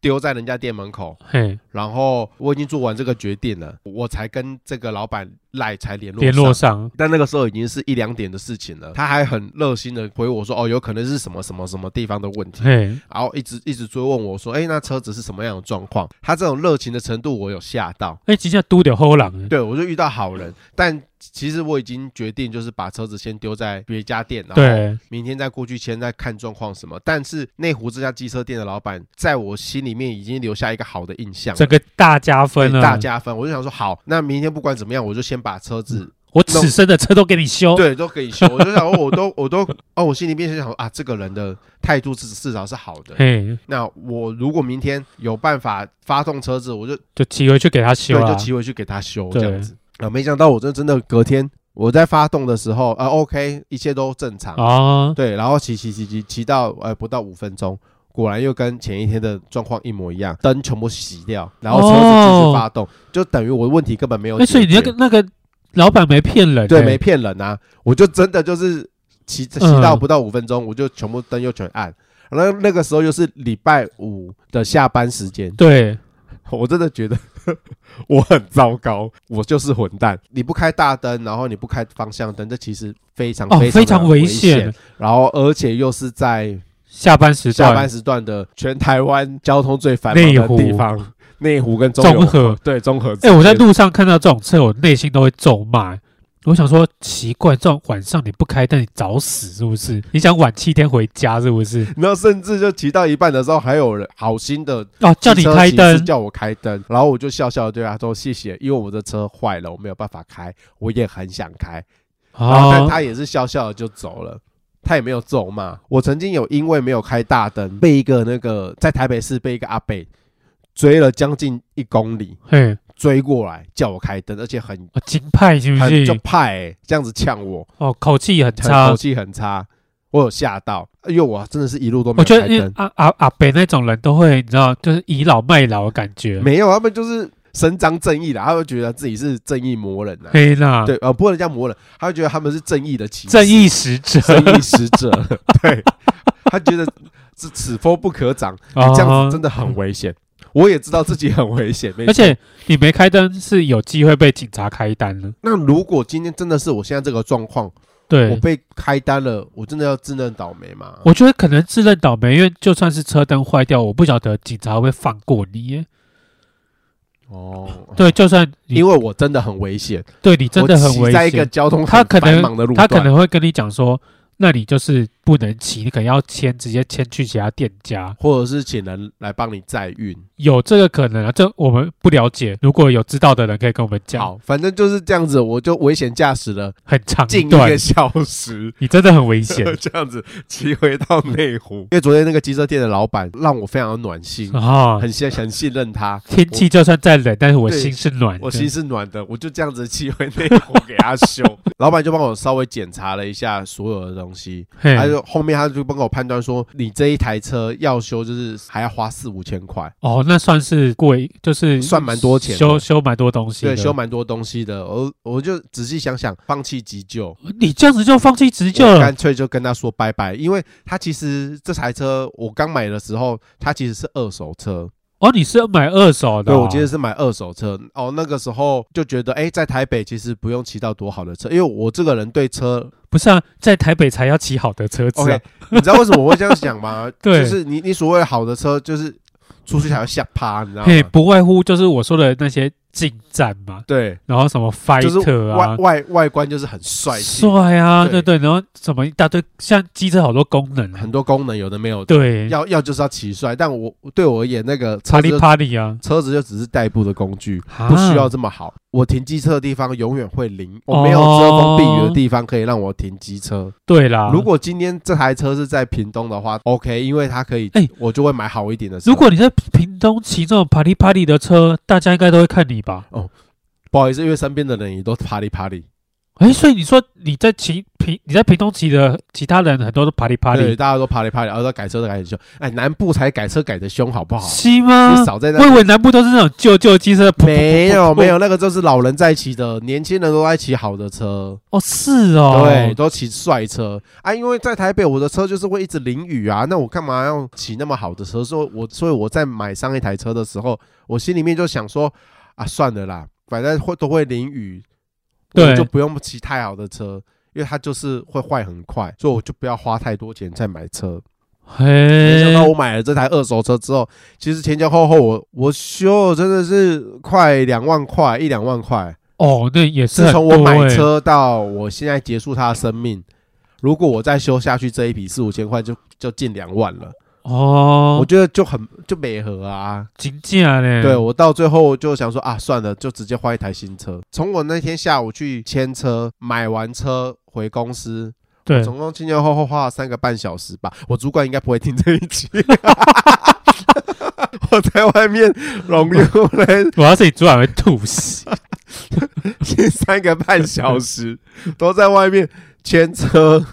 A: 丢在人家店门口，
B: 嘿，
A: 然后我已经做完这个决定了，我才跟这个老板赖才联络
B: 联络
A: 上
B: 上，
A: 但那个时候已经是一两点的事
B: 嗯
A: 情了，他还很热心的回我说，哦，有可能是什么什么什么地方的问题，
B: 嘿，
A: 然后一直一直追问我说，哎、那车子是什么样的状况？他这种热情的程度，我有吓到。
B: 哎，真正嘟掉后人，
A: 对，我就遇到好人，
B: 嗯
A: 但其实我已经决定，就是把车子先丢在别家店，然后
B: 对，
A: 明天再过去签，再看状况什么。但是内湖这家机车店的老板，在我心里面已经留下一个好的印象了，
B: 整个大加分啊
A: 对
B: 了，
A: 大，加分。我就想说，好，那明天不管怎么样，我就先把车子
B: 我此生的车都给你修，
A: 对都可以修。我就想说，我都我都哦，我心里面就想说啊，这个人的态度至至少是好的。
B: 嘿，
A: 那我如果明天有办法发动车子，我就
B: 就骑回去给他
A: 对
B: 修，啊
A: 就，骑回去给他修
B: 对
A: 这样子。啊，没想到我这真的隔天我在发动的时候，呃，OK，一切都正常。
B: 啊，
A: 对，然后骑骑骑骑骑到呃不到五分钟，果然又跟前一天的状况一模一样，灯全部熄掉，然后车子继续发动，就等于我问题根本没有解
B: 哎，
A: 决。
B: 所以哦你那个那个老板没骗人，
A: 对
B: 哎嗯
A: 没骗人啊，我就真的就是骑骑到不到五分钟，我就全部灯又全暗。然后那个时候又是礼拜五的下班时间，
B: 对，
A: 我真的觉得 我很糟糕，我就是混蛋。你不开大灯，然后你不开方向灯，这其实非常
B: 哦，非
A: 非
B: 常
A: 常
B: 危
A: 险
B: 险。。
A: 然后而且又是在
B: 下班时
A: 下班
B: 段，
A: 时段的全台湾交通最繁忙
B: 内
A: 的
B: 湖
A: 地方，内湖跟中友
B: 综合。
A: 对综合之
B: 哎、
A: 间。
B: 我在路上看到这种车，我内心都会咒骂。我想说，奇怪，这种晚上你不开灯，你找死是不是？你想晚七天回家是不是？
A: 然后甚至就骑到一半的时候，还有人好心的
B: 哦，叫你
A: 机车
B: 开
A: 骑士
B: 灯，
A: 叫我开灯，然后我就笑笑地对他说谢谢，因为我的车坏了，我没有办法开，我也很想开，然后但
B: 哦，
A: 他也是笑笑的就走了。他也没有咒骂。我曾经有因为没有开大灯，被一个那个在台北市被一个阿北追了将近一公里，
B: 嘿，
A: 追过来叫我开灯，而且很
B: 哦金派是不？
A: 很就是派、欸、这样子呛我，
B: 哦，口气很
A: 很
B: 差
A: 口。气很差，我有吓到，因为我真的是一路都没
B: 我
A: 有
B: 觉
A: 开
B: 得因为
A: 灯，
B: 阿阿阿北那种人都会，你知道，就是倚老卖老的感觉。
A: 没有，他们就是伸张正义的，他们觉得自己是正义魔人啊。
B: 黑啦，
A: 对，呃，不能叫魔人，他会觉得他们是正义的骑士，
B: 正义使者。
A: 正义使者， 对，他觉得这此风不可长，你这样子真
B: 的。
A: 的很危险。我也知道自己很危险，没
B: 而且你没开灯是有机会被警察开单的。
A: 那如果今天真的是我现在这个状况，
B: 对，
A: 我被嗯开单了，我真的要自认倒霉吗？
B: 我觉得可能自认倒霉，因为就算是车灯坏掉，我不晓得警察会不会放过你耶。
A: 哦，
B: 对，就算你
A: 因为我真的很危险，
B: 对你真的
A: 我
B: 很
A: 骑
B: 危
A: 在一个
B: 险，
A: 交通
B: 他
A: 很
B: 可能
A: 繁忙的路
B: 他
A: 段，
B: 可能会跟你讲说，那你就是不能骑，你可能要签，直接签去其他店家。
A: 或者是请人来帮你载运。
B: 有这个可能啊，这我们不了解。如果有知道的人，可以跟我们讲。
A: 好，反正就是这样子，我就危险驾驶了
B: 很长一
A: 近一个
B: 段，
A: 小时。
B: 你真的很危 险
A: 就这样子骑回到内湖，因为昨天那个机车店的老板让我非常的暖 心，
B: 啊！
A: 很信很信任他，
B: 天气就算再冷，但是我
A: 对
B: 心是暖的。
A: 我心是暖的，我就这样子骑回内湖给他 修。老板就帮我稍微检查了一下所有的东西，
B: 嘿
A: 他就后面他就帮我判断说，你这一台车要修就是还要花四五千块，
B: 哦，那算是贵，就是
A: 算蛮多钱的
B: 修修蛮多东西的。
A: 对，修蛮多东西的。我我就仔细想想，放弃急救，
B: 你这样子就放弃执教
A: 我
B: 了
A: 干脆就跟他说拜拜，因为他其实这台车我刚买的时候，它其实是二手车，
B: 哦？你是买二手的、
A: 对
B: 哦？
A: 我其实是买二手车。哦，那个时候就觉得，哎，在台北其实不用骑到多好的车，因为我这个人对车
B: 不是啊，在台北才要骑好的车子、啊
A: ，OK，你知道为什么我会这样想 吗？
B: 对
A: 就是你你所谓好的车，就是出去才要下趴，你知道
B: 嘿，
A: 吗？
B: 不外乎就是我说的那些进站嘛，
A: 对，
B: 然后什么
A: 就是
B: fighter
A: 外
B: 啊，
A: 外外观就是很帅气，
B: 帅啊，
A: 对
B: 对对，然后什么一大堆，像机车好多功能啊
A: 很，多功能有的没有的，
B: 对，
A: 要要就是要骑帅。但我对我而言，那个车
B: 啪里
A: 子
B: 啪里啊，
A: 车子就只是代步的工具。
B: 啊
A: 不需要这么好。我停机车的地方永远会零，我没有遮风避雨的地方可以让我停机车。
B: 对啦。
A: 如果今天这台车是在屏东的话，OK，因为它可以，
B: 哎
A: 我就会买好一点的车。
B: 如果你在屏东骑这种啪里啪里的车，大家应该都会看你吧？
A: 不好意思，因为身边的人也都啪里啪里，
B: 哎，所以你说你在骑屏你在屏东骑的其他人很多都啪里啪
A: 对，
B: 里，
A: 大家都啪里啪里，然后都改车都改得很凶。哎，南部才改车改得凶，好不好？
B: 是
A: 你
B: 吗？
A: 少在那
B: 我以为南部都是那种旧旧机车，噗噗噗噗
A: 没有没有，那个就是老人在骑的，年轻人都在骑好的车，
B: 哦，是哦，
A: 对，，都骑帅车啊。因为在台北，我的车就是会一直淋雨啊，那我干嘛要骑那么好的车？所以我，所以我在买上一台车的时候，我心里面就想说啊，算了啦，反正会都会淋雨，
B: 对
A: 我就不用骑太好的车，因为它就是会坏很快，所以我就不要花太多钱再买车。没想
B: 嘿，
A: 到我买了这台二手车之后，其实前前后后我我修了真的是快两万块，一两万块。
B: 哦，那也是
A: 自
B: 很
A: 从我
B: 多
A: 买
B: 欸，
A: 车到我现在结束他的生命，如果我再修下去这一笔四五千块就就近两万了，我
B: 哦，哎
A: 觉得就很就美合啊。
B: 金价嘞，
A: 对我到最后就想说啊，算了，就直接换一台新车。从我那天下午去签车，买完车回公司，
B: 对，
A: 总共前前后后花了三个半小时吧。我主管应该不会听这一集。 我在外面容 悠人
B: 我要是你主管会吐 血。
A: 近三个半小时，都在外面牵车、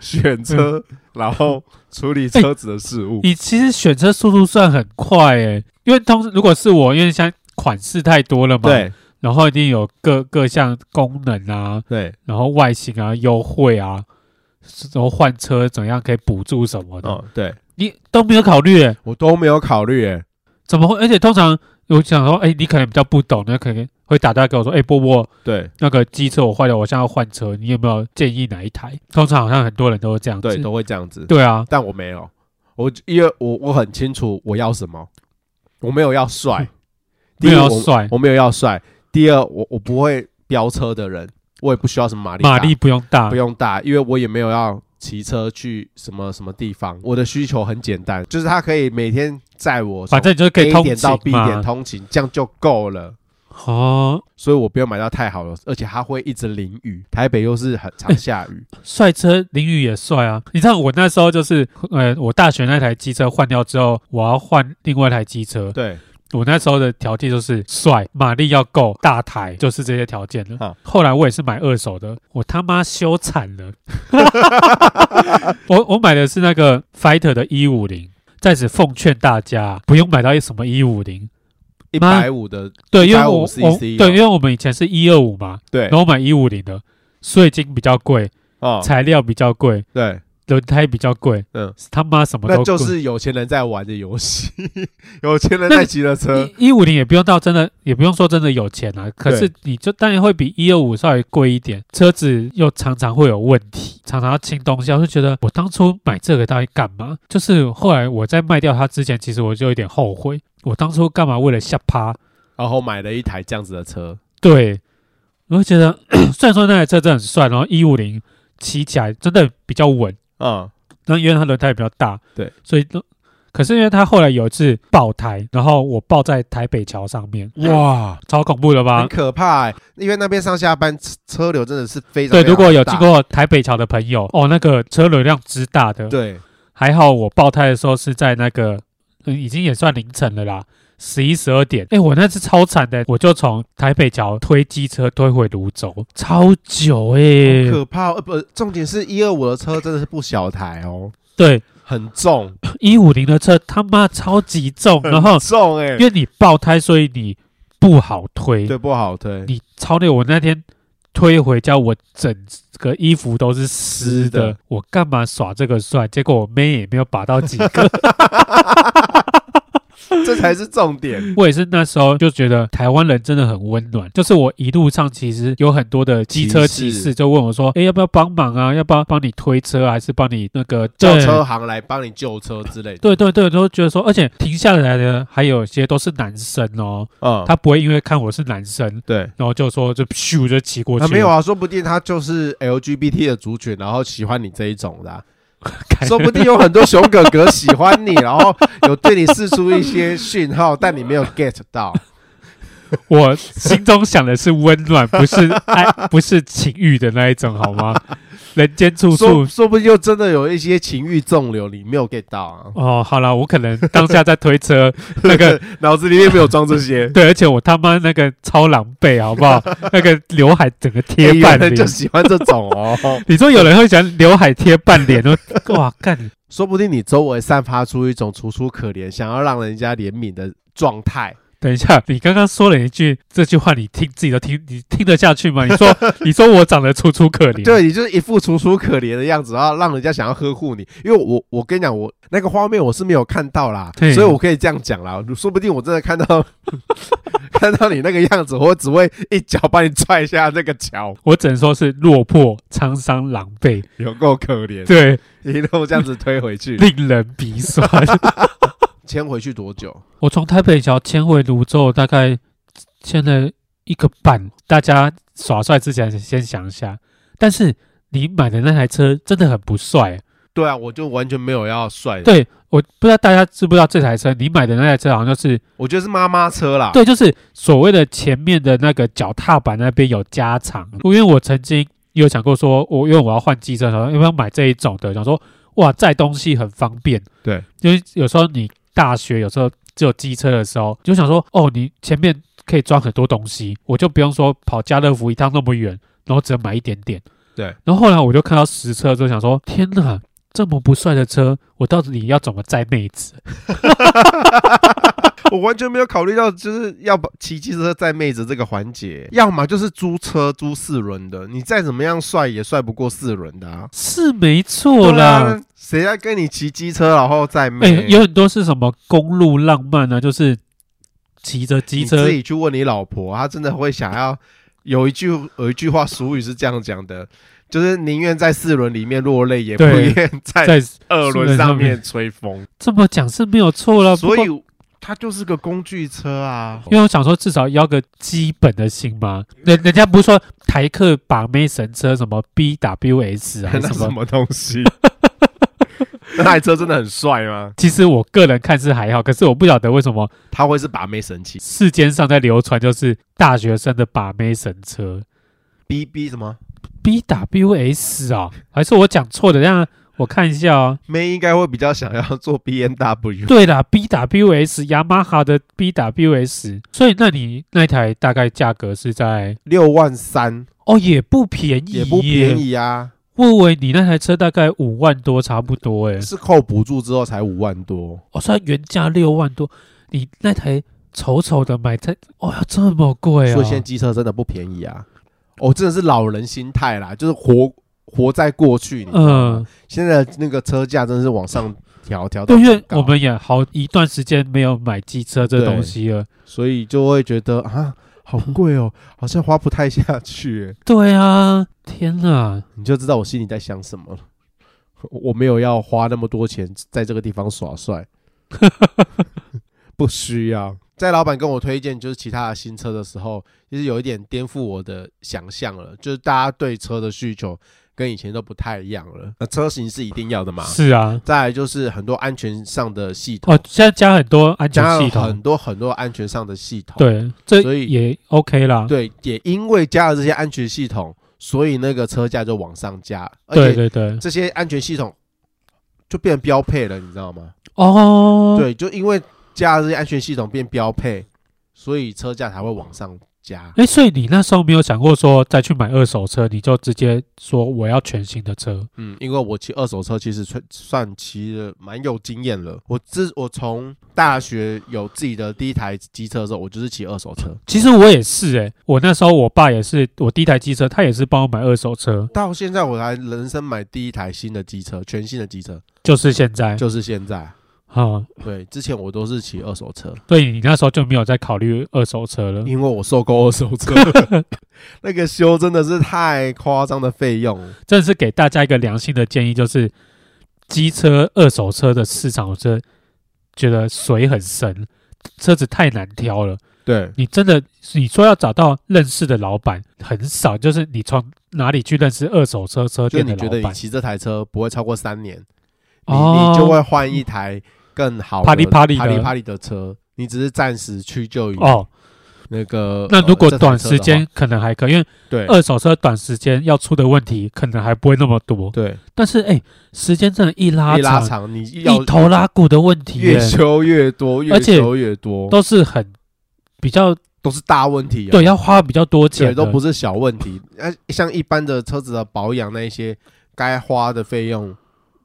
A: 选车，然后处理车子的事 务。
B: 你其实选车速度算很快诶、因为通如果是我，因为现在款式太多了嘛，，
A: 对
B: 然后一定有各各项功能啊，
A: 对，
B: 然后外形啊、优惠啊，然后换车怎样可以补助什么的，
A: 哦，对
B: 你都没有考虑耶、
A: 我都没有考虑，哎，
B: 怎么会？而且通常我想说，哎、你可能比较不懂，那可能会打电话给我说，哎、波波，
A: 对
B: 那个机车我坏了，我现在要换车，你有没有建议哪一台？通常好像很多人都会这样子，
A: 对，都会这样子。
B: 对啊，
A: 但我没有，我因为我我很清楚我要什么，我没有要帅，第
B: 没
A: 一
B: 有要
A: 我
B: 帅，
A: 我没有要帅。第二，我我不会飙车的人，我也不需要什么马力大，
B: 马力不用大
A: 不，用大，因为我也没有要骑车去什么什么地方。我的需求很简单，就是他可以每天载我，
B: 反正你就是可
A: A
B: 以通
A: 点到 B
B: 勤
A: 点
B: 嘛。
A: 通勤，这样就够了。
B: 哦，
A: 所以我不用买到太好了，而且它会一直淋雨。台北又是很常下 雨，
B: 帅车淋雨也帅啊！你知道我那时候就是，呃，我大学那台机车换掉之后，我要换另外一台机车。
A: 对，
B: 我那时候的条件就是帅，马力要够，大台，就是这些条件
A: 啊
B: 了。后来我也是买二手的，我他妈修惨了。 我我买的是那个 Fighter 的一五零，在此奉劝大家不用买到什么一五零，
A: 一
B: 妈
A: 百五的
B: 对，因为我我
A: 150cc
B: 对，
A: 哦
B: 因为我们以前是一二五嘛，
A: 对
B: 然后我买一五零的，税金比较贵，
A: 哦，
B: 材料比较贵，
A: 对，
B: 轮胎比较贵，
A: 嗯
B: 嗯，他妈什么都
A: 那
B: 贵。
A: 就是有钱人在玩的游戏， 有钱人
B: 那
A: 在骑的车，
B: 一一五零也不用到真的，也不用说真的有钱啊，可是你就当然会比一二五稍微贵一点，车子又常常会有问题，常常要清东西，我就觉得我当初买这个到底干嘛？就是后来我在卖掉它之前，其实我就有点后悔，我当初干嘛为了下趴？
A: 然后买了一台这样子的车，
B: 对，我就觉得 虽然说那台车真的很帅，然后一五零骑起来真的比较稳，
A: 嗯，
B: 那因为它轮胎比较大，
A: 对，
B: 所以可是因为它后来有一次爆胎，然后我爆在台北桥上面，哇，超恐怖的吧
A: 很？可怕、欸，因为那边上下班车车流真的是非常
B: 对，
A: 非常
B: 如果有
A: 大
B: 经过台北桥的朋友，哦，那个车流量之大的，
A: 对
B: 还好我爆胎的时候是在那个、嗯已经也算凌晨了啦，十一十二点。哎，我那次超惨的，我就从台北桥推机车推回泸州，超久哎、
A: 很可怕、呃，不，重点是一二五的车真的是不小台哦，
B: 对，
A: 很重，
B: 一五零的车他妈超级重， 然后
A: 很重哎、
B: 因为你爆胎，所以你不好推，
A: 对，不好推，
B: 你超累。我那天推回家，我整个衣服都是湿
A: 湿的
B: 的，我干嘛耍这个帅？结果我妹也没有把到 几个。
A: 这才是重 点。
B: 我也是那时候就觉得台湾人真的很温暖，就是我一路上其实有很多的机车
A: 骑
B: 骑
A: 士
B: 士就问我说：“哎，要不要帮忙啊？要不要帮你推车啊，还是帮你那个
A: 叫车？”行来帮你救车之类的，
B: 对对对，都觉得说，而且停下来的还有些都是男生哦，
A: 嗯，
B: 他不会因为看我是男生，
A: 对，
B: 然后就说就咻就骑过去
A: 啊
B: 了，
A: 没有啊，说不定他就是 LGBT 的族群，然后喜欢你这一种的 啊、
B: 开
A: 说不定有很多熊哥哥喜欢你，然后有对你释出一些讯号，但你没有 get 到。
B: 我心中想的是温暖，不是爱， 不是情欲的那一种，好吗？人间处
A: 说
B: 处。
A: 说不定又真的有一些情欲纵流，你没有 get 到啊，
B: 哦，好了，我可能当下在推车， 那个。
A: 脑子里面没有装这些
B: 对，而且我他妈那个超狼狈，好不好？那个刘海整个贴
A: 有
B: 半
A: 人就
B: 脸。
A: 喜欢这种 哦，
B: 你说有人会喜欢刘海贴半脸？都 哇，干！
A: 说不定你周围散发出一种楚楚可怜、想要让人家怜悯的状态。
B: 等一下，你刚刚说了一句这句话，你听自己都听，你听得下去吗？你说 你说我长得楚楚可怜，
A: 对，你就是一副楚楚可怜的样子，然后让人家想要呵护你。因为我我跟你讲，我那个画面我是没有看到啦，
B: 对
A: 所以我可以这样讲啦。说不定我真的看到 看到你那个样子，我只会一脚把你踹下那个桥，
B: 我只能说是落魄、沧桑、狼狈，
A: 有够可怜，
B: 对，
A: 一路这样子推回去，
B: 令人鼻酸。
A: 牵回去多久？
B: 我从台北桥迁回泸州，大概迁了一个半。大家耍帅之前先想一下，但是你买的那台车真的很不帅。
A: 对啊，我就完全没有要帅的，
B: 对，我不知道大家知不知道这台车，你买的那台车好像就是
A: 我觉得是妈妈车啦。
B: 对，就是所谓的前面的那个脚踏板那边有加长。因为我曾经也有想过说，我因为我要换机车，然后要不要买这一种的，想说哇载东西很方便。
A: 对，
B: 因为有时候你大学有时候只有机车的时候，就想说，哦，你前面可以装很多东西，我就不用说跑家乐福一趟那么远，然后只能买一点点。
A: 对，
B: 然后后来我就看到实车之后，想说，天哪，这么不帅的车，我到底要怎么载妹子？
A: 我完全没有考虑到，就是要把骑机车载妹子这个环节，要么就是租车租四轮的，你再怎么样帅也帅不过四轮的啊。
B: 是没错啦
A: 对。啊，谁在跟你骑机车然后载
B: 哎、
A: 妹？
B: 有很多是什么公路浪漫啊，就是骑着机
A: 你
B: 车
A: 自己去问你老婆，她真的会想要。有一句有一句话俗语是这样讲的，就是宁愿在四轮里面落泪，也不
B: 对
A: 愿在
B: 在
A: 二轮上面吹风。
B: 这么讲是没有错啦。啊不
A: 所
B: 过
A: 以它就是个工具车啊。
B: 因为我想说，至少要个基本的心嘛。人人家不是说台客把妹神车什么 BWS 啊还
A: 那
B: 是什
A: 什
B: 么？
A: 么东西？ 那台车真的很帅吗？
B: 其实我个人看是还好，可是我不晓得为什么
A: 它会是把妹神器
B: 世间上在流传就是大学生的把妹神车
A: ？B B 什么？
B: BWS 啊、还是我讲错的？让我看一下哦。
A: 妹应该会比较想要做 B N W。
B: 对啦，BWS 雅马哈的 BWS，所以那你那一台大概价格是在
A: 六万三
B: 哦，也不便宜，
A: 也不便。宜啊，
B: 问问你那台车大概五万多，差不多哎、
A: 是扣补助之后才五万多。
B: 我说哦啊原价六万多，你那台丑丑的买在，哇、这么贵啊、
A: 所以现在机车真的不便宜啊！哦，真的是老人心态啦，就是活活在过去。
B: 嗯、
A: 现在那个车价真的是往上调调到
B: 对，因
A: 很
B: 为
A: 高，
B: 我们也好一段时间没有买机车这东西了。
A: 所以就会觉得啊，好贵哦，好像花不太下去、
B: 对啊，天哪，
A: 你就知道我心里在想什么了。我没有要花那么多钱在这个地方耍帅， 不需要。在老板跟我推荐就是其他的新车的时候，其实有一点颠覆我的想象了，就是大家对车的需求跟以前都不太一样了。那车型是一定要的嘛？
B: 是啊，
A: 再来就是很多安全上的系统，
B: 哦，现在加很多安全
A: 加
B: 系
A: 了
B: 统
A: 很，多很多安全上的系统。
B: 对，这
A: 所以
B: 也 OK 啦。
A: 对，也因为加了这些安全系统，所以那个车价就往上加，而且
B: 对对对，
A: 这些安全系统就变标配了，你知道吗？
B: 哦，
A: 对，就因为加了这些安全系统变标配，所以车价才会往上加。
B: 哎，所以你那时候没有想过说再去买二手车，你就直接说我要全新的车。
A: 嗯，因为我骑二手车其实算算骑的蛮有经验了。我自我从大学有自己的第一台机车的时候，我就是骑二手车，
B: 其实我也是哎、我那时候我爸也是，我第一台机车，他也是帮我买二手车，
A: 到现在我才人生买第一台新的机车，全新的机车
B: 就是现在
A: 就是现在。
B: 啊、
A: 对，之前我都是骑二手车，
B: 所以你那时候就没有再考虑二手车了。
A: 因为我受够二手车了，那个修真的是太夸张的费用了。
B: 这是给大家一个良心的建议，就是机车二手车的市场，我真的觉得水很深，车子太难挑了。
A: 对，
B: 你真的你说要找到认识的老板很少，就是你从哪里去认识二手车车
A: 就是
B: 店
A: 你
B: 的
A: 觉
B: 老
A: 得你
B: 板？
A: 骑这台车不会超过三年，你
B: 哦
A: 你就会换一台更好的
B: 啪里啪里的
A: 啪里啪里的车，你只是暂时屈就于
B: 哦，
A: 那个。
B: 那
A: 呃
B: 如果
A: 这台
B: 短
A: 车
B: 时
A: 的
B: 间
A: 话
B: 可能还可以，因为
A: 对
B: 二手车短时间要出的问题可能还不会那么多。
A: 对
B: 但是哎，时间真的一拉
A: 一拉
B: 长，
A: 长，你要
B: 一头拉骨的问题
A: 越
B: 耶，
A: 修越多，越
B: 而且
A: 修越多，都
B: 都是很比较
A: 都是大问题啊。
B: 对，要花比较多
A: 对，
B: 钱的，
A: 都不是小问题。那像一般的车子的保养那一些，该花的费用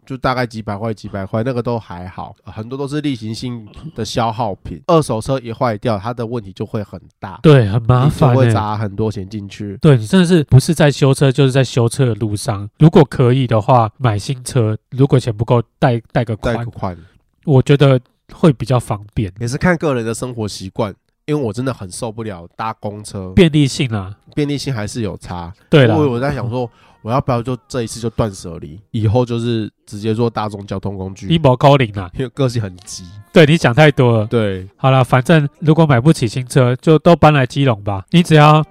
A: 就大概几百块、几百块，那个都还好，很多都是例行性的消耗品。二手车一坏掉，它的问题就会很大，
B: 对，很麻
A: 你就
B: 烦
A: 会
B: 哎。
A: 砸很多钱进去。
B: 对你真的是不是在修车，就是在修车的路上。如果可以的话，买新车；如果钱不够，贷贷个
A: 贷
B: 款，
A: 款
B: 我觉得会比较方便，
A: 也是看个人的生活习惯，因为我真的很受不了搭公车，
B: 便利性啦、
A: 便利性还是有差。
B: 对啦，
A: 所以我在想 说，我要不要就这一次就断舍离，以后就是直接坐大众交通工具，
B: 一毛高领啦。
A: 因为个性很急。
B: 对你想太多了。
A: 对，
B: 好啦，反正如果买不起新车，就都搬来基隆吧。你只要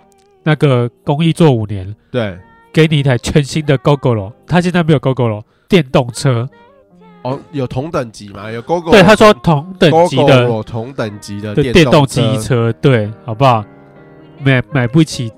B: 那个公益做五年，
A: 对，
B: 给你一台全新的 GoGo 它现在没有 GoGo 电动车。
A: 哦，有同等级嘛？有 GoGo，
B: 对，他说同等级的
A: 有同等级的
B: 对
A: 电
B: 哦电动
A: 车
B: 机车，对，好不好？买买不起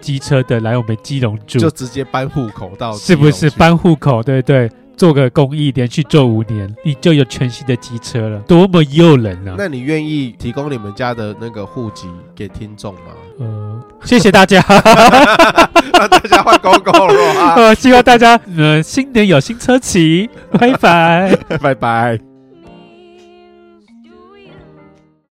B: 机车的来我们基隆住
A: 就，直接搬户口到
B: 是不是
A: 基隆去
B: 搬户口？对对，做个公益，连续做五年，你就有全新的机车了，多么诱人啊！
A: 那你愿意提供你们家的那个户籍给听众吗？
B: 呃，谢谢大家，
A: 让大家换公公了啊！
B: 呃，希望大家呃新年有新车骑，拜拜。
A: 拜拜。